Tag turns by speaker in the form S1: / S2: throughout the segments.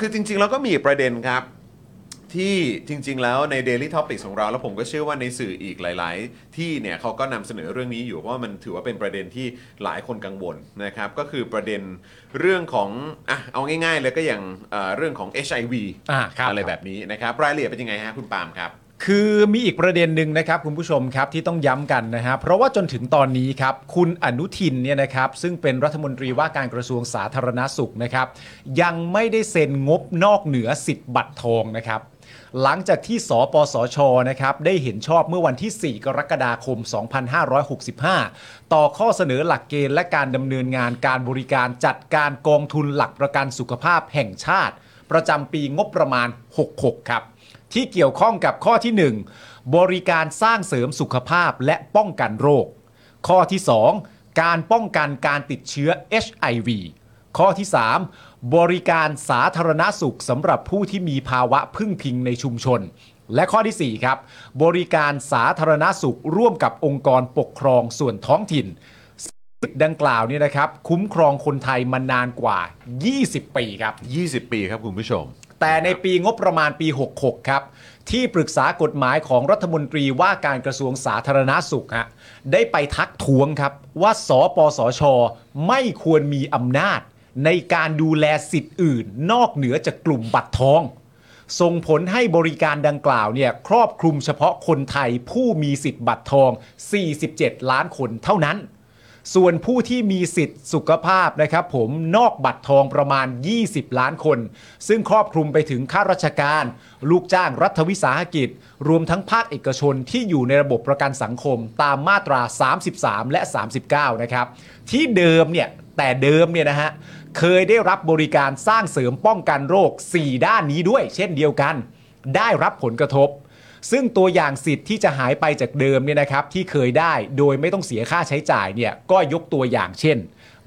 S1: คือจริงๆแล้วก็มีอีกประเด็นครับ ที่จริง ๆ แล้วใน Daily Topics ของเรา แล้วผมก็เชื่อว่าในสื่ออีกหลาย ๆ ที่เนี่ยเขาก็นำเสนอเรื่องนี้อยู่เพราะว่ามันถือว่าเป็นประเด็นที่หลายคนกังวลนะครับก็คือประเด็นเรื่องของอ่ะเอาง่าย ๆ เลยก็อย่างเอ่อเรื่องของ HIV
S2: อ่าครับ
S1: ไรแบบนี้นะครับรายละเอียดเป็นยังไงฮะคุณปาล์มครับ
S2: คือมีอีกประเด็นหนึ่งนะครับคุณผู้ชมครับที่ต้องย้ำกันนะฮะเพราะว่าจนถึงตอนนี้ครับคุณอนุทินเนี่ยนะครับซึ่งเป็นรัฐมนตรีว่าการกระทรวงสาธารณาสุขนะครับยังไม่ได้เซ็นงบนอกเหนือ 10 บัตรทองนะครับหลังจากที่สปสชนะครับได้เห็นชอบเมื่อวันที่ 4 กรกฎาคม 2565 ต่อข้อเสนอหลักเกณฑ์และการดำเนินงานการบริการจัดการกองทุนหลักประกันสุขภาพแห่งชาติ ประจำปีงบประมาณ 66 ครับ ที่เกี่ยวข้องกับข้อที่ 1 บริการสร้างเสริมสุขภาพและป้องกันโรค ข้อที่ 2 การป้องกันการติดเชื้อ HIV ข้อที่ 3 บริการสาธารณสุขสำหรับผู้ที่มีภาวะพึ่งพิงในชุมชน และข้อทีสี่4ครับ บริการสาธารณสุขร่วมกับองค์กรปกครองส่วนท้องถิ่น สิทธิ์ดังกล่าวเนี่ยนะครับ คุ้มครองคนไทยมานานกว่า 20 ปีครับ
S1: 20 ปีครับคุณผู้ชม
S2: แต่ในปีงบประมาณปี 66 ครับ ที่ปรึกษากฎหมายของรัฐมนตรีว่าการกระทรวงสาธารณาสุขฮะได้ไปทักท้วงครับ ว่าสปสช ไม่ควรมีอำนาจ ในการดูแลสิทธิ์อื่น นอกเหนือจากกลุ่มบัตรทอง ส่งผลให้บริการดังกล่าวเนี่ยครอบคลุมเฉพาะคนไทยผู้มีสิทธิ์บัตรทอง 47 ล้านคนเท่านั้น ส่วนผู้ที่มีสิทธิ์สุขภาพนะครับผมนอกบัตรทองประมาณ 20 ล้านคน ซึ่งครอบคลุมไปถึงข้าราชการ ลูกจ้างรัฐวิสาหกิจ รวมทั้งภาคเอกชนที่อยู่ในระบบประกันสังคมตามมาตรา 33 และ 39 นะครับ ที่เดิมเนี่ยแต่เดิมเนี่ยนะฮะ เคยได้รับบริการสร้างเสริมป้องกันโรค 4 ด้านนี้ด้วย เช่นเดียวกัน ได้รับผลกระทบ ซึ่งตัวอย่างสิทธิ์ที่จะหายไปจากเดิมเนี่ยนะครับที่เคยได้โดยไม่ต้องเสียค่าใช้จ่ายเนี่ยก็ยกตัวอย่างเช่น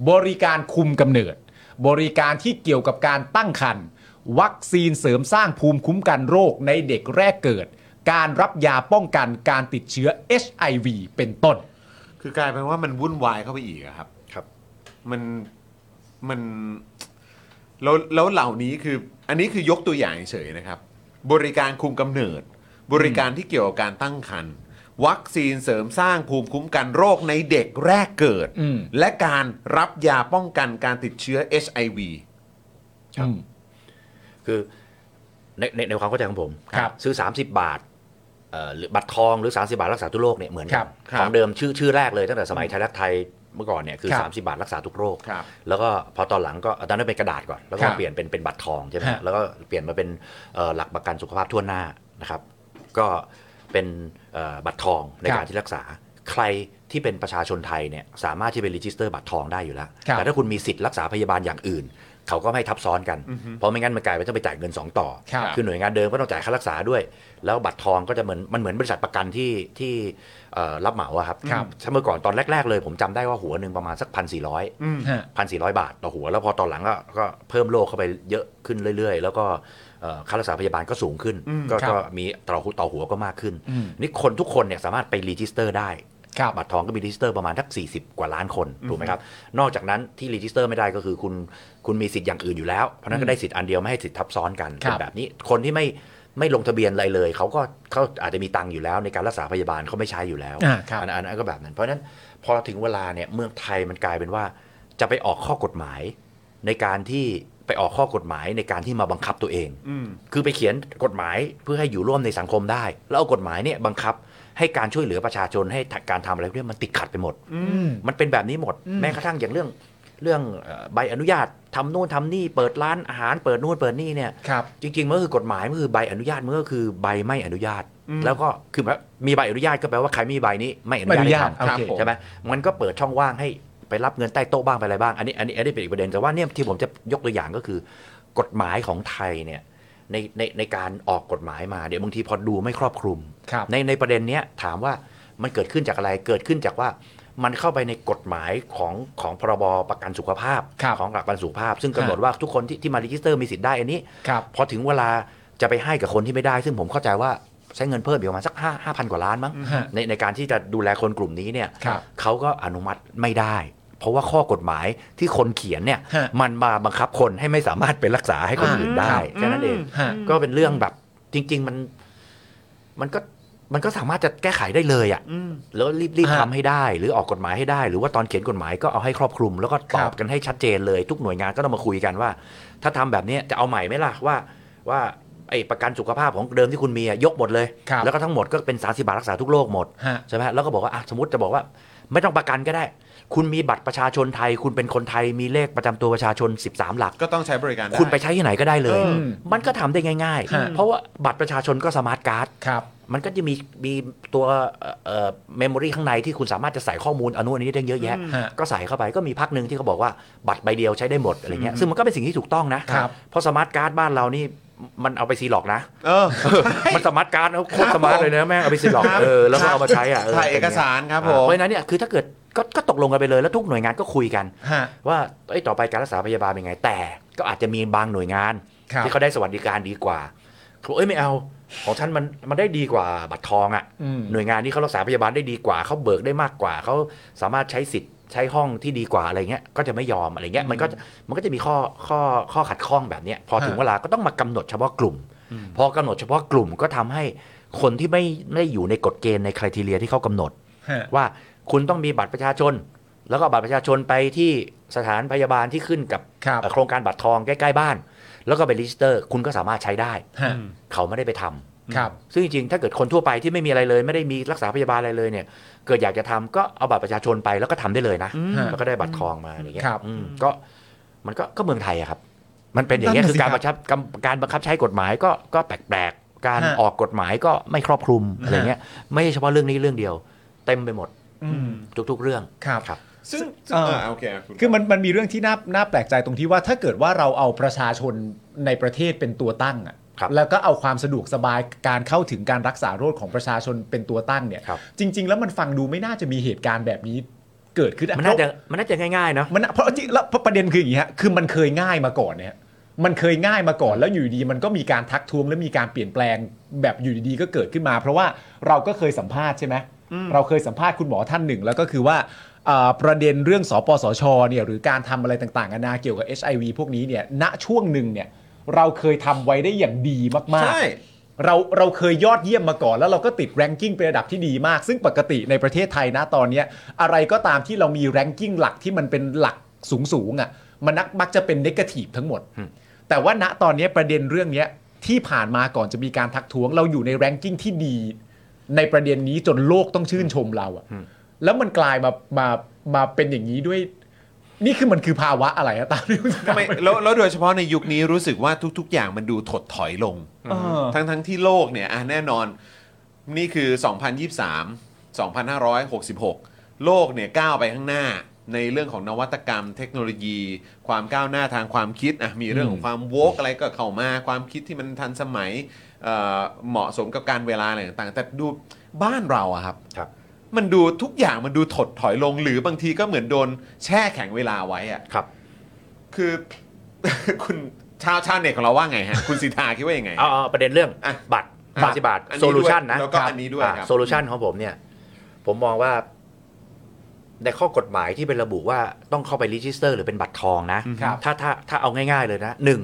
S2: บริการคุมกำเนิด บริการที่เกี่ยวกับการตั้งครรภ์วัคซีนเสริมสร้างภูมิคุ้มกันโรคในเด็กแรกเกิด การรับยาป้องกันการติดเชื้อ HIV เป็นต้น
S1: คือกลายเป็นว่ามันวุ่นวายเข้าไปอีกอะครับ
S3: ครับ
S1: มันมันแล้วแล้วเหล่านี้คือ อันนี้คือยกตัวอย่างเฉยๆนะครับ บริการคุมกำเนิด บริการที่เกี่ยวกับการตั้งครรภ์วัคซีนเสริมสร้างภูมิคุ้มกันโรคในเด็กแรกเกิด
S2: อืม
S1: และการรับยาป้องกันการติดเชื้อ HIV
S3: ครับ
S2: อืม
S3: คือในในในความเข้าใจของผม
S2: ครับ
S3: ซื้อ 30 บาทเอ่อหรือบัตรทองหรือ 30 บาทรักษาทุกโรคเนี่ยเหมือน
S2: ค
S3: กั
S2: รั
S3: น
S2: บ
S1: ครับ
S3: ของเดิมชื่อชื่อแรกเลยตั้งแต่สมัยไทยรักไทยเมื่อก่อนเนี่ยคือ
S2: ครับ
S3: 30 บาทรักษาทุกโรค
S1: ครับ
S3: แล้วก็พอตอนหลังก็ตอนนั้นเป็นกระดาษก่อนแล้วก็
S2: ครับ
S3: เปลี่ยนเป็นเป็นบัตรทองใช่ไหม
S2: ฮะ
S3: แล้วก็เปลี่ยนมาเป็นเอ่อหลักประกันสุขภาพทั่วหน้านะครับ ก็เป็นเอ่อบัตรทองใน
S2: ครับ
S3: การที่รักษา ใครที่เป็นประชาชนไทยเนี่ยสามารถที่เป็นรีจิสเตอร์บัตรทองได้อยู่แล้ว
S2: ครับ
S3: แต่ถ้าคุณมีสิทธิ์รักษาพยาบาลอย่างอื่น เขาก็ไม่ให้ทับซ้อนกันเพราะไม่งั้นมันกลายเป็นต้องไปจ่ายเงินสองต่อ
S2: ครับ
S3: คือหน่วยงานเดิมก็ต้องจ่ายค่ารักษาด้วย แล้วบัตรทองก็จะเหมือนมันเหมือนบริษัทประกันที่ที่เอ่อรับเหมาอะครับ
S2: ครับ
S3: ถ้าเมื่อก่อนตอนแรก ๆ เลยผมจำได้ว่าหัวหนึ่งประมาณสักพันสี่ร้อย
S2: ฮะ
S3: พันสี่ร้อยบาทต่อหัว แล้วพอตอนหลังก็ก็เพิ่มโลกเข้าไปเยอะขึ้นเรื่อย ๆ แล้วก็เอ่อค่ารักษาพยาบาลก็สูงขึ้น ก็
S2: ครับ
S3: ก็มีต่อหัวต่อหัวก็มากขึ้น
S2: อืม
S3: นี่คนทุกคนเนี่ยสามารถไปรีจิสเตอร์ได้
S2: ครับ
S3: บัตรทองก็มีรีจิสเตอร์ประมาณทัก 40 กว่าล้านคนถูกไหมครับ นอกจากนั้นที่รีจิสเตอร์ไม่ได้ก็คือคุณคุณมีสิทธิ์อย่างอื่นอยู่แล้ว เพราะฉะนั้นก็ได้สิทธิ์อันเดียวไม่ให้สิทธิ์ทับซ้อนกัน
S2: ครับ
S3: เป็นแบบนี้คนที่ไม่ไม่ลงทะเบียนอะไรเลย เขาก็เขาอาจจะมีตังค์อยู่แล้วในการรักษาพยาบาลเขาไม่ใช้อยู่แล้ว
S2: อ่าครับ
S3: อันอันนั้นก็แบบนั้น เพราะฉะนั้นพอถึงเวลาเนี่ยเมืองไทยมันกลายเป็นว่าจะไปออกข้อกฎหมาย ในการที่ไปออกข้อกฎหมายในการที่มาบังคับตัวเอง
S1: อืม
S3: คือไปเขียนกฎหมายเพื่อให้อยู่ร่วมในสังคมได้ แล้วเอากฎหมายเนี่ยบังคับให้การช่วยเหลือประชาชนให้การทำอะไรพวกเนี้ยมันติดขัดไปหมด มันเป็นแบบนี้หมด แม้กระทั่งอย่างเรื่องเรื่องเอ่อใบอนุญาตทำนู่นทำนี่เปิดร้านอาหารเปิดนู่นเปิดนี่เนี่ย
S2: ครับ
S3: จริงๆมันก็คือกฎหมายมันคือใบอนุญาตมันก็คือใบไม่อนุญาต
S1: อืม
S3: แล้วก็คือแบบมีใบอนุญาตก็แปลว่าใครไม่มีใบนี้ไม่อนุ
S2: ไม่อนุ
S3: ญา
S2: ญา
S3: ต
S2: ต
S3: ให้
S2: โอ
S3: ทำ
S2: เค
S1: ผม
S3: ใช่ไหมมันก็เปิดช่องว่างให้ไปรับเงินใต้โต๊ะบ้างไปอะไรบ้าง อันนี้อันนี้อันนี้เป็นอีกประเด็นแต่ว่าเนี่ยที่ผมจะยกตัวอย่างก็คือ กฎหมายของไทยเนี่ยในในในการออกกฎหมายมาเดี๋ยวบางทีพอดูไม่ครอบคลุม
S2: ครับ
S3: ในในประเด็นเนี้ยถามว่ามันเกิดขึ้นจากอะไรเกิดขึ้นจากว่ามันเข้าไปในกฎหมายของของพรบประกันสุขภาพ
S2: ครับ
S3: ของหลักประกันสุขภาพ ซึ่งกำหนด
S2: ครับ
S3: ว่าทุกคนที่ที่มารีจิสเตอร์มีสิทธิ์ได้อันนี้
S2: ครับ
S3: พอถึงเวลาจะไปให้กับคนที่ไม่ได้ ซึ่งผมเข้าใจว่าใช้เงินเพิ่มอีกประมาณสักห้าห้าพันกว่าล้านมั้ง
S2: ฮะ
S3: ในในการที่จะดูแลคนกลุ่มนี้เนี่ย
S2: ครับ
S3: เขาก็อนุมัติไม่ได้ เพราะว่าข้อกฎหมายที่คนเขียนเนี่ย
S2: ฮะ
S3: มันมาบังคับคนให้ไม่สามารถไปรักษาให้คน
S2: อ่า
S3: อื่นได้แค่นั้นเอง
S2: ฮะ
S3: ก็เป็นเรื่องแบบจริง ๆ มันมันก็มันก็สามารถจะแก้ไขได้เลยอะ่ะ
S1: อืม
S3: แล้วรีบรีบ
S2: ฮะ
S3: ทำให้ได้ หรือออกกฎหมายให้ได้ หรือว่าตอนเขียนกฎหมายก็เอาให้ครอบคลุม แล้วก็ตอบกันให้ชัดเจนเลย ทุกหน่วยงานก็ต้องมาคุยกันว่า ถ้าทำแบบเนี้ยจะเอาใหม่ไหมล่ะว่าว่าไอ้ประกันสุขภาพของเดิมที่คุณมีอะยกหมดเลย
S2: ครับ
S3: แล้วก็ทั้งหมดก็เป็น30บาทรักษาทุกโรคหมด
S2: ฮะ
S3: ใช่ไหมฮะแล้วก็บอกว่าอ่ะสมมติจะบอกว่า ไม่ต้องประกันก็ได้ คุณมีบัตรประชาชนไทย คุณเป็นคนไทยมีเลขประจำตัวประชาชน 13 หลัก
S1: ก็ต้องใช้บริการด้
S3: คุณไปใช้ที่ไหนก็ได้เลย
S1: เออ
S3: มันก็ทำได้ง่าย
S2: ฮะ
S3: ๆ เพราะว่าบัตรประชาชนก็สมาร์ทการ์ด
S2: ครับ
S3: มันก็จะมีมีตัวเมมโมรีข้างในที่คุณสามารถจะใส่ข้อมูลอนุอันนี้ได้เยอะแยะ
S2: ฮะ
S3: ก็ใส่เข้าไปก็มีพักหนึ่งที่เขาบอกว่าบัตรใบเดียวใช้ได้หมดอะไรเงี้ยซึ่งมันก็เป็นสิ่งที่ถูกต้องนะครับ เพราะสมาร์ทการ์ดบ้านเรานี่มันเอาไปซีหลอกนะ
S1: เออ
S3: มันสมาร์ทการ์ดนะโคตรสมาร์ท เลยนะแม่งเอาไปสิหลอกเออแล้วก็เอามาใช้อ่ะ
S1: ถ่ายเอกสารครับผม
S3: เพราะฉะนั้นเนี่ยคือถ้าเกิดก็ก็ตกลงกันไปเลยแล้วทุกหน่วยงานก็คุยกัน
S2: ฮะ
S3: ว่าเอ้ยต่อไปการรักษาพยาบาลเป็นไง แต่ก็อาจจะมีบางหน่วยงาน
S2: ครับ
S3: ที่เขาได้สวัสดิการดีกว่าเขาบอกเอ้ยไม่เอาของฉันมันมันได้ดีกว่าบัตรทองอ่ะ
S2: อืม
S3: หน่วยงานที่เขารักษาพยาบาลได้ดีกว่าเขาเบิกได้มากกว่าเขาสามารถใช้สิทธิ์ใช้ห้องที่ดีกว่าอะไรเงี้ยก็จะไม่ยอมอะไรเงี้ยมันก็มันก็จะมีข้อข้อข้อขัดข้องแบบเนี้ยพอถึง
S2: ฮะ
S3: เวลาก็ต้องมากำหนดเฉพาะกลุ่ม พอกำหนดเฉพาะกลุ่มก็ทำให้คนที่ไม่ไม่อยู่ในกฎเกณฑ์ในคุณทีเรียที่เขากำหนด
S2: ฮะ
S3: ว่าคุณต้องมีบัตรประชาชน แล้วก็เอาบัตรประชาชนไปที่สถานพยาบาลที่ขึ้นกับ
S2: ครับ
S3: เอ่อโครงการบัตรทองใกล้ๆบ้าน แล้วก็ไปรีจิสเตอร์ คุณก็สามารถใช้ได้
S2: ฮะ
S3: เขาไม่ได้ไปทำ
S2: ครับ
S3: ซึ่งจริงๆ ถ้าเกิดคนทั่วไปที่ไม่มีอะไรเลย ไม่ได้มีรักษาพยาบาลอะไรเลยเนี่ย เกิดอยากจะทำก็เอาบัตรประชาชนไปแล้วก็ทำได้เลยนะ
S2: ฮะ
S3: แล้วก็ได้บัตรทองมาอะไรเงี้ย
S2: ครับ
S3: อืมก็มันก็ก็เมืองไทยอะครับ มันเป็นอย่างเงี้ย
S2: นั่นน่ะ
S3: คือการ
S2: สิ
S3: บั
S2: ค
S3: ง
S2: รับ
S3: คับการบังคับใช้กฎหมายก็ก็แปลกๆการ
S2: ฮะ
S3: ออกกฎหมายก็ไม่ครอบคลุมอะไรเงี้ย ไม่ใช่เฉพาะเรื่องนี้เรื่องเดียว เต็มไปหมด
S2: อืม
S3: ทุกๆเรื่อง
S2: ครับ
S3: ครับ
S1: ซึ่ง
S2: เออ
S1: เออโอเคคุณ
S2: คือมันมันมีเรื่องที่น่าน่าแปลกใจตรงที่ว่าถ้าเกิดว่าเราเอาประชาชนในประเทศเป็นตัวตั้งอะ
S3: ครับ
S2: แล้วก็เอาความสะดวกสบายการเข้าถึงการรักษาโรคของประชาชนเป็นตัวตั้งเนี่ย
S3: ครับ
S2: จริง ๆ แล้วมันฟังดูไม่น่าจะมีเหตุการณ์แบบนี้เกิดขึ้นอะ
S3: มันน่าจะมันน่าจะง่ายๆเนาะ
S2: มันน่าเพราะจริงแล้วประเด็นคืออย่างนี้ฮะคือมันเคยง่ายมาก่อนเนี่ยมันเคยง่ายมาก่อนแล้วอยู่ดีๆมันก็มีการทักท้วงและมีการเปลี่ยนแปลงแบบอยู่ดีๆก็เกิดขึ้นมา เพราะว่าเราก็เคยสัมภาษณ์ใช่ไหมเราเคยสัมภาษณ์คุณหมอท่านหนึ่ง แล้วก็คือว่าเอ่อประเด็นเรื่องสปสชเนี่ยหรือการทำอะไรต่างๆนานาเกี่ยวกับ HIV พวกนี้เนี่ยณช่วงหนึ่งเนี่ยเราเคยทำไว้ได้อย่างดีมากๆ
S1: ใช่
S2: เราเราเคยยอดเยี่ยมมาก่อน แล้วเราก็ติดแรงกิ้งเป็นระดับที่ดีมาก ซึ่งปกติในประเทศไทยนะตอนเนี้ยอะไรก็ตามที่เรามีแรงกิ้งหลักที่มันเป็นหลักสูงสูงๆอะ่ะมันนักมักจะเป็นเนกาทีฟทั้งหมด
S3: อืม
S2: แต่ว่าณตอนเนี้ยประเด็นเรื่องเนี้ยที่ผ่านมาก่อนจะมีการทักท้วง เราอยู่ในแรงกิ้งที่ดี ในประเด็นนี้จนโลกต้องชื่นชมเราอะ่ะแล้วมันกลายมามามาเป็นอย่างนี้ด้วย นี่คือมันคือภาวะอะไรอะตามที่คุณ
S1: ทำไมแล้วแล้วโดยเฉพาะในยุคนี้รู้สึกว่าทุก ๆ อย่างมันดูถดถอยลง
S2: เออ
S1: ทั้งทั้งที่โลกเนี่ยอ่ะแน่นอนนี่คือ 2023 2566 โลกเนี่ยก้าวไปข้างหน้าในเรื่องของนวัตกรรม เทคโนโลยี ความก้าวหน้าทางความคิดอ่ะมีเรื่องของความโวกอะไรก็เข้ามา ความคิดที่มันทันสมัยเอ่อเหมาะสมกับการเวลาอะไรต่างๆ แต่ดูบ้านเราอะครับ
S3: ครับ
S1: มันดูทุกอย่างมันดูถดถอยลงหรือบางทีก็เหมือนโดนแช่แข็งเวลาไว้อะ
S3: ครับ
S1: คือ คุณชาวชาวเน็ตของเราว่าไงฮะ คุณสิทธาคิดว่ายังไง
S3: เอาเอาประเด็นเรื่อง
S1: อ่ะ
S3: บัตร
S1: อ่ะ
S3: สามสิบบาท
S1: อันนี้
S3: โซลูชัน
S1: ด้วย
S3: นะ
S1: แล้วก็อันนี้ด้วยครับ
S3: โซลูชันของผมเนี่ย ผมมองว่า ในข้อกฎหมายที่เป็นระบุว่าต้องเข้าไปรีจิสเตอร์ หรือเป็นบัตรทองนะ
S2: อือครับ
S3: ถ้าถ้าถ้าเอาง่าย ๆ เลยนะหนึ่ง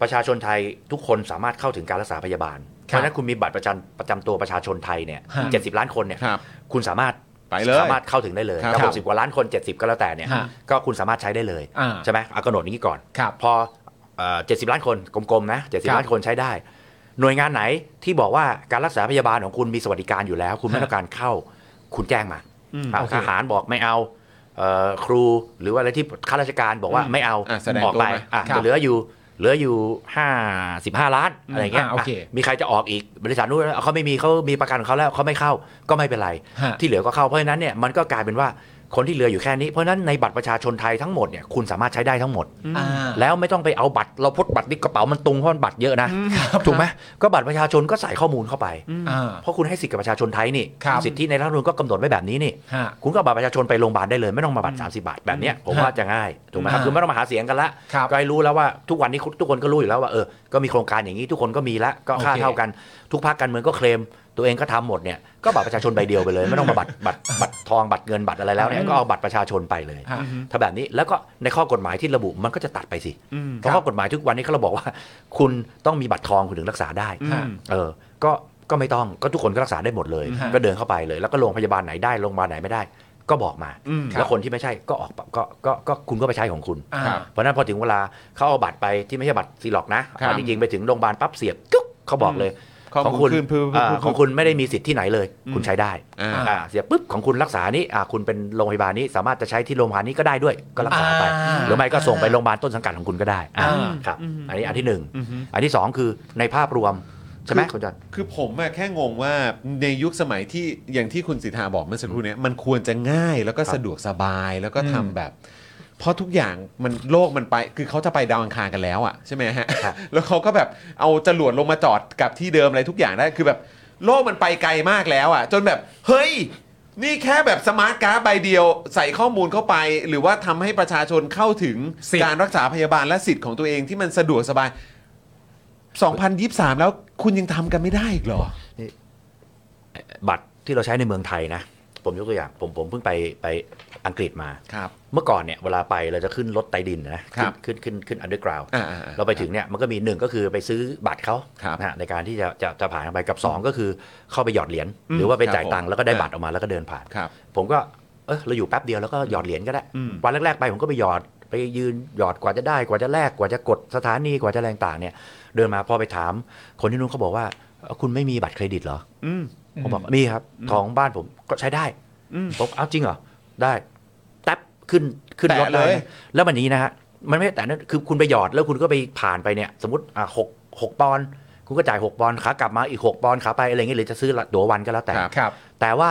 S3: ประชาชนไทยทุกคนสามารถเข้าถึงการรักษาพยาบาล เพราะฉะนั้นคุณมีบัตรประจำประจำตัวประชาชนไทยเนี่ย
S2: ฮะ
S3: เจ็ดสิบล้านคนเนี่ย
S1: ครับ
S3: คุณสามารถ
S1: ไปเลย
S3: สามารถเข้าถึงได้เลย
S1: ครับ
S3: แต่หกสิบกว่าล้านคนเจ็ดสิบก็แล้วแต่เนี่ย
S2: ฮะ
S3: ก็คุณสามารถใช้ได้เลย
S2: อ่า
S3: ใช่ไหมเอากำหนดอย่างนี้ก่อน
S2: ครับ
S3: พอเจ็ดสิบล้านคนกลมๆนะเจ็ดสิบล้านคนใช้ได้ หน่วยงานไหนที่บอกว่าการรักษาพยาบาลของคุณมีสวัสดิการอยู่แล้ว คุณไม่ต้องการเข้าคุณแจ้งมาอ่ะ
S2: โอเค
S3: ทหารบอกไม่เอาเอ่อครูหรือว่าอะไรที่ข้าราชการบอกว่า
S1: อืม
S3: ไม่เอา
S1: อ่ะแสดง
S3: ออกไป
S1: ตัวมา
S3: อ่ะ
S2: ครับ
S3: เหลืออยู่เหลืออยู่ห้าสิบห้าล้านอะไรเงี้ย
S2: อ่ะโอเค
S3: มีใครจะออกอีกบริษัทนู้นเขาไม่มีเขามีประกันของเขาแล้วเขาไม่เข้าก็ไม่เป็นไร
S2: ฮะ
S3: ที่เหลือก็เข้าเพราะฉะนั้นเนี่ยมันก็กลายเป็นว่าคนที่เหลืออยู่แค่นี้เพราะฉะนั้นในบัตรประชาชนไทยทั้งหมดเนี่ยคุณสามารถใช้ได้ทั้งหมด
S2: อ่า
S3: แล้วไม่ต้องไปเอาบัตรเราพดบัตรนี่กระเป๋ามันตุงเพราะมันบัตรเยอะ นะถูกไหมก็บัตรประชาชนก็ใส่ข้อมูลเข้าไป
S2: อ่า
S3: เพราะคุณให้สิทธิ์กับประชาชนไทยนี่
S2: ครับ
S3: สิทธิในรัฐธรรมนูญก็กำหนดไว้แบบนี้นี่
S2: ฮะ
S3: คุณก็เอาบัตรประชาชนไปโรงพยาบาลได้เลย ไม่ต้องมาบัตร 30 บาทแบบเนี้ยผมว่าจะง่ายถูกไหมครับ
S2: อ่า
S3: คือไม่ต้องมาหาเสียงกันละ
S2: ครับ
S3: ก็ให้รู้แล้วว่าทุกวันนี้ทุกคนก็รู้อยู่แล้วว่าเออก็มีโครงการอย่างนี้ทุกคนก็มีละก็ค่า
S2: โอเค
S3: เท่ากันทุกภาคการเมืองก็เคลม ตัวเองก็ทำหมดเนี่ยก็บัตรประชาชนใบเดียวไปเลย ไม่ต้องมาบัตรบัตรบัตรทองบัตรเงินบัตรอะไรแล้วเนี่ยก็เอาบัตรประชาชนไปเลย
S2: ฮะ
S3: ถ้าแบบนี้แล้วก็ในข้อกฎหมายที่ระบุมันก็จะตัดไปสิ
S1: อืม
S3: เพราะข้อกฎหมายทุกวันนี้เขาบอกว่า คุณต้องมีบัตรทองคุณถึงรักษาได้
S1: อืม
S3: เออ ก็ก็ไม่ต้องก็ทุกคนก็รักษาได้หมดเลย
S2: ฮะ
S3: ก็เดินเข้าไปเลย แล้วก็โรงพยาบาลไหนได้โรงพยาบาลไหนไม่ได้ ก็บอกมา
S1: อืม
S2: ครับ
S3: แล้วคนที่ไม่ใช่ก็ออกก็ก็ก็ก็คุณก็ไปใช้ของคุณ
S2: อ่า
S1: ครับ
S3: เพราะฉะนั้นพอถึงเวลาเขาเอาบัตรไปที่ไม่ใช่บัตรซีล็อกนะครับ เอาจริงๆไปถึงโรงพยาบาลปั๊บเสียบกุ๊กเขาบอกเลย
S1: ข้อ
S3: ของ
S1: มู
S3: คุ
S1: ล
S3: ณ
S1: ขึ้นพื้น
S3: อ่าของคุณไม่ได้มีสิทธิ์ที่ไหนเลย
S1: อืม
S3: คุณใช้ได้
S1: อ่า
S2: อ่า
S3: อ่าเสียปุ๊บของคุณรักษานี้อ่าคุณเป็นโรงพยาบาลนี้สามารถจะใช้ที่โรงพยาบาลนี้ก็ได้ด้วยก็รักษาไป
S2: อ่า
S3: หรือไม่ก็ส่งไปโรงพยาบาลต้นสังกัดของคุณก็ได้อ่า
S2: อ่า
S3: ครับ
S1: อืม
S3: อันนี้อันที่หนึ่ง
S1: อือฮึ
S3: อันที่สองคือในภาพรวมใช่ไหมคุณจอน
S1: คือผมอะแค่งงว่าในยุคสมัยที่อย่างที่คุณสิทธาบอกเมื่อสักครู่เนี้ยมันควรจะง่ายแล้วก็สะดวกสบายแล้วก็ทำแบบ เพราะทุกอย่างมันโลกมันไป คือเขาจะไปดาวอังคารกันแล้วอะใช่ไหมฮะ แล้วเขาก็แบบเอาจรวดลงมาจอดกับที่เดิมอะไรทุกอย่างได้คือแบบโลกมันไปไกลมากแล้วอะจนแบบ เฮ้ย นี่แค่แบบสมาร์ทการ์ดใบเดียวใส่ข้อมูลเข้าไป หรือว่าทำให้ประชาชนเข้าถึง
S2: สิทธิ์
S1: การรักษาพยาบาลและสิทธิ์ของตัวเองที่มันสะดวกสบาย 2023 แล้วคุณยังทำกันไม่ได้อีกเหรอ
S3: บัตรที่เราใช้ในเมืองไทยนะ ผมยกตัวอย่างผมผมเพิ่งไปไปอังกฤษมา
S1: ครับ
S3: เมื่อก่อนเนี่ยเวลาไปเราจะขึ้นรถไตดินนะครับ ขึ้นขึ้นขึ้นอันเดอร์กราว
S1: อ่า
S3: เราไปถึงเนี่ยมันก็มีหนึ่งก็คือไปซื้อบัตรเขา
S1: ครับ
S3: นะฮะในการที่จะจะจะผ่านเข้าไปกับสองก็คือเข้าไปหยอดเหรียญ
S1: อืม
S3: หรือว่าไป
S1: ครับ
S3: จ่ายตัง
S1: ผม
S3: ค์แล้วก็ได้บัตรออกมาแล้วก็เดินผ่าน
S1: ครับ
S3: ผมก็เออเราอยู่แป๊บเดียวแล้วก็หยอดเหรียญก็ได้
S1: อืม
S3: วันแรกๆไปผมก็ไปหยอดไปยืนหยอดกว่าจะได้กว่าจะแลกกว่าจะกดสถานีกว่าจะแรงต่างๆเนี่ยเดินมาพอไปถาม คนที่นู้นเขาบอกว่าเอ่อคุณไม่มีบัตรเครดิตเหรอ
S1: อืม
S3: ผมบอกมีครับของบ้านผมก็ใช้ได้
S1: อืม
S3: ผมเอาจริงเหรอได้แท็บขึ้นขึ้น
S1: แตะ
S3: รถได้
S1: เลย
S3: นะแล้วมันอย่างนี้นะฮะมันไม่ได้แต่นั่นคือคุณไปหยอดแล้วคุณก็ไปผ่านไปเนี่ย สมมติอ่ะหกหกปอนด์คุณก็จ่ายหกปอนด์ขากลับมาอีกหกปอนด์ขาไปอะไรอย่างเงี้ยหรือจะซื้อตั๋ววันก็แล้วแต่
S1: ครับ
S2: ครับ
S3: แต่ว่า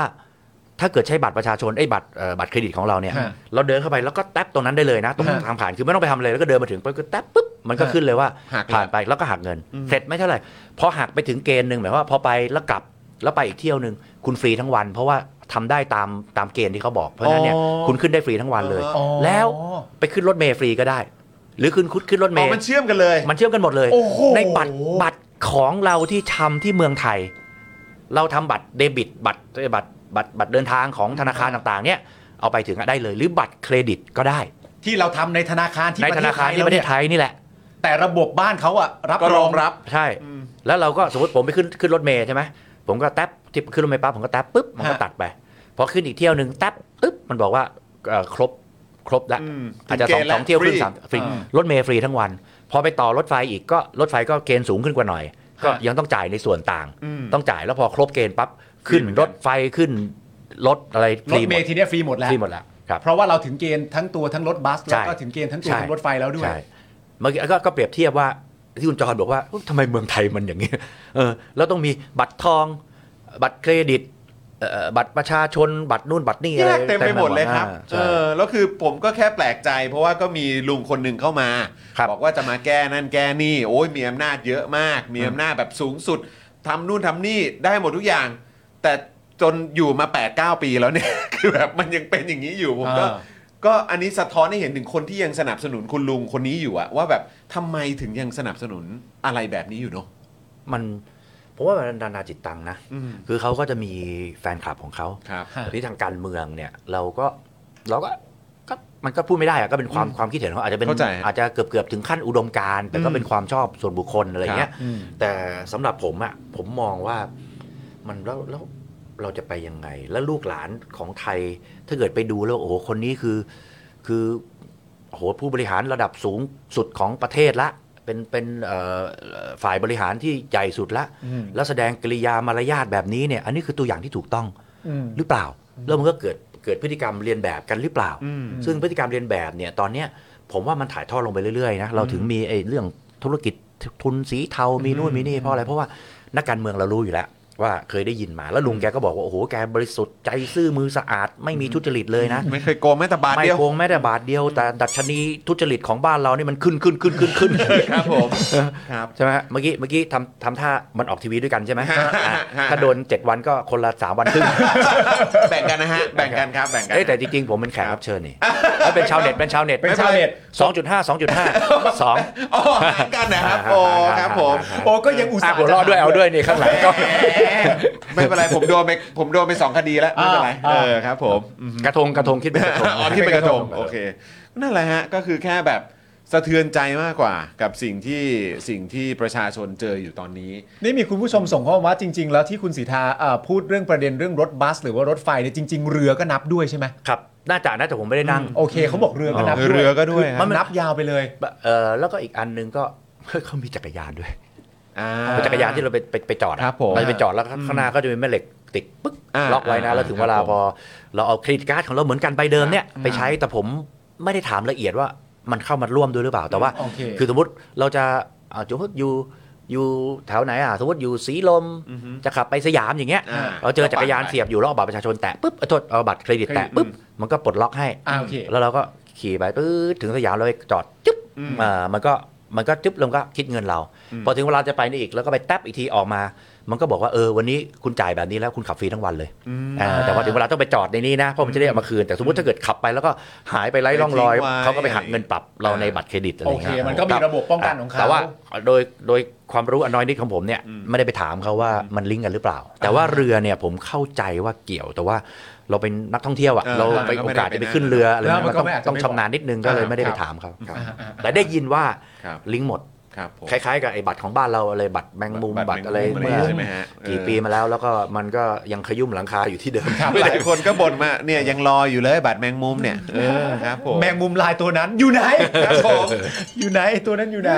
S3: ถ้าเกิดใช้บัตรประชาชนไอ้ยบัตรเอ่อบัตรเครดิตของเราเนี่ย
S2: ฮะ
S3: เราเดินเข้าไปแล้วก็แท็บตรงนั้นได้เลยนะตรง
S2: ฮะ
S3: ทางผ่านคือไม่ต้องไปทำอะไรแล้วก็เดินมาถึงปุ๊บก็แท็บปุ๊บมันก็
S2: ฮะ
S3: ขึ้นเลยว่า
S1: หักเลย
S3: ผ่านไปแล้วก็หักเงิน เสร็จไม่เท่าไหร่พอหักไปถึงเกณฑ์หนึ่งหมายความว่าพอไปแล้วกลับแล้วไปอีกเที่ยวหนึ่งคุณฟรีทั้งวัน เพราะว่าทำได้ตามตามเกณฑ์ที่เขาบอกเพราะฉะนั้นเนี่ย
S1: อ๋อ
S3: คุณขึ้นได้ฟรีทั้งวันเลย
S2: อ๋อ
S3: แล้วไปขึ้นรถเมล์ฟรีก็ได้ หรือคุณคุดขึ้นรถเม
S1: อ๋อ
S3: ล์
S1: มันเชื่อมกันเลย
S3: มันเชื่อมกันหมดเลย
S2: โอ้โห
S3: ในบัตรบัตรของเราที่ทำที่เมืองไทย เราทำบัตรเดบิต บัตรบัตรบัตรบัตรเดินทางของธนาคารต่างๆเนี่ยเอาไปถึงอะได้เลย หรือบัตรเครดิตก็ได้
S2: ที่เราทำในธนาคารที่
S3: ใน
S2: ป
S3: ธ
S2: ระเท
S3: นา
S2: ศ
S3: คาร
S2: ไทย
S3: ที่
S2: เรา
S3: ประเท
S2: เนี่ย
S3: ศไทยนี่แหละ
S2: แต่ระบบบ้านเขาอะรับ
S1: ก็ร
S2: ร
S1: อ
S2: อง ง
S1: รับ
S3: ใช่
S1: อืม
S3: แล้วเราก็สมมติผมไปขึ้นขึ้นรถเมย์ใช่ไหมผมก็แท็บที่ขึ้นรถเมย์ปั๊บผมก็แท็บปุ๊บมันก็
S2: ฮะ
S3: ตัดไป พอขึ้นอีกเที่ยวหนึ่งแท็บปุ๊บมันบอกว่าเอ่อครบครบแล้ว
S1: อืม
S3: อาจจะ
S1: ถึ
S3: ส
S1: ง
S3: อ
S1: เกณฑ์แล้ว
S3: งสองเที่ยว
S1: ฟ
S3: ขึ้น
S1: รี
S3: สามฟรี
S2: อ่าร
S3: ถเมย์ฟรีทั้งวัน พอไปต่อรถไฟอีกก็รถไฟก็เกณฑ์สูงขึ้นกว่าหน่อย ก็
S2: ฮะ
S3: ยังต้องจ่ายในส่วนต่าง
S1: อืม
S3: ต้องจ่ายแล้วพอครบเกณฑ์ปั๊บ
S1: ฟ
S3: ขึ้น
S1: รีเหมือน
S3: ร
S1: กัน
S3: ถไฟขึ้นรถอะไรฟ
S2: รถ
S3: รีห
S2: เม
S3: มด
S2: ล์ทีเนี้ยฟรีหมดแล้ว
S3: ฟรีหมดแล้วครับ
S2: เพราะว่าเราถึงเกณฑ์ทั้งตัวทั้งรถบัส
S3: ใช่
S2: แล้วก็ถึงเกณฑ์ทั้งตัวทั้งรถไฟแล้วด้วย
S3: ใช่เมื่อกี้ก็ก็เปรียบเทียบว่าที่คุณจอห์นบอกว่าอุ๊ยทำไมเมืองไทยมันอย่างนี้ เออแล้วต้องมีบัตรทอง บัตรเครดิตเอ่อบัตรประชาชน บัตรนู่นบัตรนี่อะ
S1: แย
S3: ไร
S1: กเต็มไปหมดเลยครับ
S3: อ่า
S1: เอ
S3: ใช่
S1: อ แล้วคือผมก็แค่แปลกใจ เพราะว่าก็มีลุงคนหนึ่งเข้ามา
S3: ครับ
S1: บอกว่าจะมาแก้นั่นแก้นี่ โอ้ยมีอำนาจเยอะมาก มีอำนาจแบบสูงสุด ทำนู่นทำนี่ได้หมดทุกอย่าง แต่จนอยู่มา 8 9 ปีแล้วเนี่ย คือแบบมันยังเป็นอย่างนี้อยู่ผมก็
S2: อ่า
S1: ก็อันนี้สะท้อนให้เห็นถึงคนที่ยังสนับสนุนคุณลุงคนนี้อยู่อะว่าแบบทำไมถึงยังสนับสนุนอะไรแบบนี้อยู่เนาะ
S3: มันผมว่ามันนานาจิตตังนะ
S1: อืม
S3: คือเขาก็จะมีแฟนคลับของเขา
S1: ครับ
S2: ฮะ
S3: ที่ทางการเมืองเนี่ยเราก็เราก็ก็มันก็พูดไม่ได้อะก็เป็นความความคิดเห็นของเขาอาจจะเป็น
S1: เข้าใจ
S3: อาจจะเกือบเกือบๆถึงขั้นอุดมการณ์แต่ก็
S1: อืม
S3: เป็นความชอบส่วนบุคคลอะไรอย่างเงี้ย
S2: อืม
S3: แต่สำหรับผมอะผมมองว่ามันแล้วแล้วเราจะไปยังไง แล้วลูกหลานของไทย ถ้าเกิดไปดูแล้วโอ้โหคนนี้คือคือโอ้โหผู้บริหารระดับสูงสุดของประเทศละ เป็นเป็นเอ่อเอ่อฝ่ายบริหารที่ใหญ่สุดละ
S2: อืม
S3: แล้วแสดงกริยามารยาทแบบนี้เนี่ยอันนี้คือตัวอย่างที่ถูกต้อง
S2: อืม
S3: หรือเปล่า แล้วมันก็เกิดเกิดพฤติกรรมเรียนแบบกันหรือเปล่า
S1: อืม
S3: ซึ่งพฤติกรรมเรียนแบบเนี่ยตอนเนี้ยผมว่ามันถ่ายทอดลงไปเรื่อยๆนะเราถึงมีไอ้เรื่องธุรกิจทุนสีเทา มีนู่นมีนี่เพราะอะไรเพราะว่านักการเมืองเรารู้อยู่แล้ว ว่าเคยได้ยินมาแล้วลุงแกก็บอกว่า โอ้โหแกบริสุทธิ์ใจซื่อมือสะอาดไม่มีทุจริตเลยนะ
S1: ไม่เคยโกงแม้แต่บาท
S3: ไม่
S1: เดียว
S3: โกงแม้แต่บาทเดียว แต่ดัชนีทุจริตของบ้านเรานี่มันขึ้นขึ้นขึ้นขึ้นขึ้น
S1: ครับผม ครับ
S3: ใช่ไหมฮะเมื่อกี้เมื่อกี้ทำทำท่ามันออกทีวีด้วยกันใช่ไหม
S1: ฮะฮะฮะ
S3: ถ้าโดน 7 วันก็คนละสามวันครึ่ง
S1: แบ่งกันนะฮะ แบ่งกันครับ แบ่งกัน
S3: เอ้ยแต่จริงๆ ผมเป็นแขกรับเชิญนี่แล้วเป็นชาวเน็ตเป็นชาวเน็ต
S2: เป็นชาวเน็ต
S3: สองจุดห้าสองจุดห้าสอง
S1: อ๋อหารกันนะครับ โอ้ครับผม
S2: โอ้ก็ยังอุตส่า
S3: อ่ะ
S2: ห์
S3: หัวเราะด้วยเอาด้วยนี่ข้างหลังก็
S1: แหม ไม่เป็นไรผมโดนไปผมโดนไปสองคดีแล้วไม่เป็นไร
S2: อ่า
S1: เออครับผมอืม
S3: กระทงกระทงคิดเป็นกระทง
S1: อ๋อที่เป็นกระทงโอเคนั่นแหละฮะก็คือแค่แบบสะเทือนใจมากกว่ากับสิ่งที่สิ่งที่ประชาชนเจออยู่ตอนนี้
S2: นี่มีคุณผู้ชมส่งเข้ามาว่าจริง ๆ แล้วที่คุณสีทาเอ่อพูดเรื่องประเด็นเรื่องรถบัส หรือว่ารถไฟเนี่ยจริง ๆ เรือก็นับด้วยใช่ไหม
S3: ครับน่าจะนะแต่ผมไม่ได้นั่ง
S2: โอเคเขาบอกเรือก็นับด้วย
S1: เรือก็ด้วย
S2: คือ
S1: ครับ
S2: มันนับยาวไปเลย
S3: เออแล้วก็อีกอันหนึงก็ เขามีจักรยานด้วย
S1: อ่า
S3: เป็นจักรยานที่เราไปไปไปจอดอะ
S1: ครับผม
S3: เราไปจอดแล้วข้างข้างหน้าก็จะมีแม่เหล็กติดปึ๊ก
S1: อ่า
S3: ล็อกไว้นะ
S1: อ่า
S3: แล้วถึง
S1: ครั
S3: เว
S1: บ
S3: ลา
S1: ผม
S3: พอ เราเอาเครดิตการ์ดของเราเหมือนกันใบเดิมเนี่ย
S1: ครับ
S3: ไปใช้แต่ผมไม่ได้ถามละเอียดว่ามันเข้ามาร่วมด้วยหรือเปล่าแต่ว่า
S2: โอเค
S3: คือสมมติเราจะอ่าสมมติอยู่อยู่แถวไหนอ่ะสมมติอยู่สีลม
S1: อือฮึ
S3: จะขับไปสยามอย่างเงี้ย
S1: อ่า
S3: เราเจอจักรยาน
S1: ก็ปาดไป
S3: เสียบอยู่แล้วเอาบัตรประชาชนแตะปุ๊บเอาโทษเอาบัตรเครดิต
S1: เค
S3: แตะ
S1: รดิต
S3: ปุ๊บ
S1: อืม
S3: มันก็ปลดล็อกให้
S2: อ่าโอเค
S3: แล้วเราก็ขี่ไปปื๊ดถึงสยามเราไปจอดจุ๊บ
S1: อืม
S3: อ่ามันก็มันก็จุ๊บแล้วมันก็คิดเงินเรา พอถึงเวลาจะไปนี่อีกแล้วก็ไปแท็บอีกทีออกมา มันก็บอกว่าเออวันนี้คุณจ่ายแบบนี้แล้วคุณขับฟรีทั้งวันเลย
S1: อืม
S3: อ่าแต่พอถึงเวลาต้องไปจอดในนี้นะเพราะมันจะได้เอามาคืนแต่สมมติถ้าเกิดขับไปแล้วก็หายไปไร้ร่องรอย
S1: ไปทิ้งไว้
S3: เขาก็ไปหักเงินปรับเราในบัตรเครดิตอะไร
S2: โอ
S3: อย่าง
S2: เค
S3: เงี้ย
S2: มันก็มีระบบป้องกันของเขา
S3: แต่ว่าโดยโดยความรู้อันน้อยนิดของผมเนี่ยไม่ได้ไปถามเขาว่ามันลิงก์กันหรือเปล่า แต่ว่าเรือเนี่ยผมเข้าใจว่าเกี่ยวแต่ว่าเราเป็นนักท่องเที่ยวอ่ะ
S1: เออ
S3: เรา
S1: เรา
S3: ไป
S1: ก็
S3: โอ
S1: ไม่ได้
S3: กาส
S1: ไป
S3: จะไป
S1: นะ
S3: ขึ้นเรืออะไร
S2: แล้ว
S3: เงี้ย
S2: มั
S3: มัน น
S2: ก็
S3: ต้อง
S2: ไม่อาจจะ
S3: ต้อง
S2: ไม่
S3: ชำนาญนิดนึงก็เลยไม่ได้ไปถามเขา
S2: อ่าอ่า
S3: แต่ได้ยินว่า
S1: ครับ
S3: ลิงก์หมด
S1: ครับผม
S3: คล้ายๆกับไอ้บัตรของบ้านเราอะไรบัตรแมงมุมบัตรอะไร
S1: แมงมุม
S3: เมื่อ
S1: ใช่ไหมฮะ
S3: กี่
S1: เออ
S3: ปีมาแล้วแล้วก็มันก็ยังขยุ่มหลังคาอยู่ที่เดิม
S1: หลายคนก็บ่นมาเนี่ยยังรออยู่เลยบาดแมงมุมเนี่ยเออครับผม
S2: แมงมุมลายตัวนั้นอยู่ไหน
S1: ครับผม
S2: อยู่ไหนตัวนั้นอยู่ไหน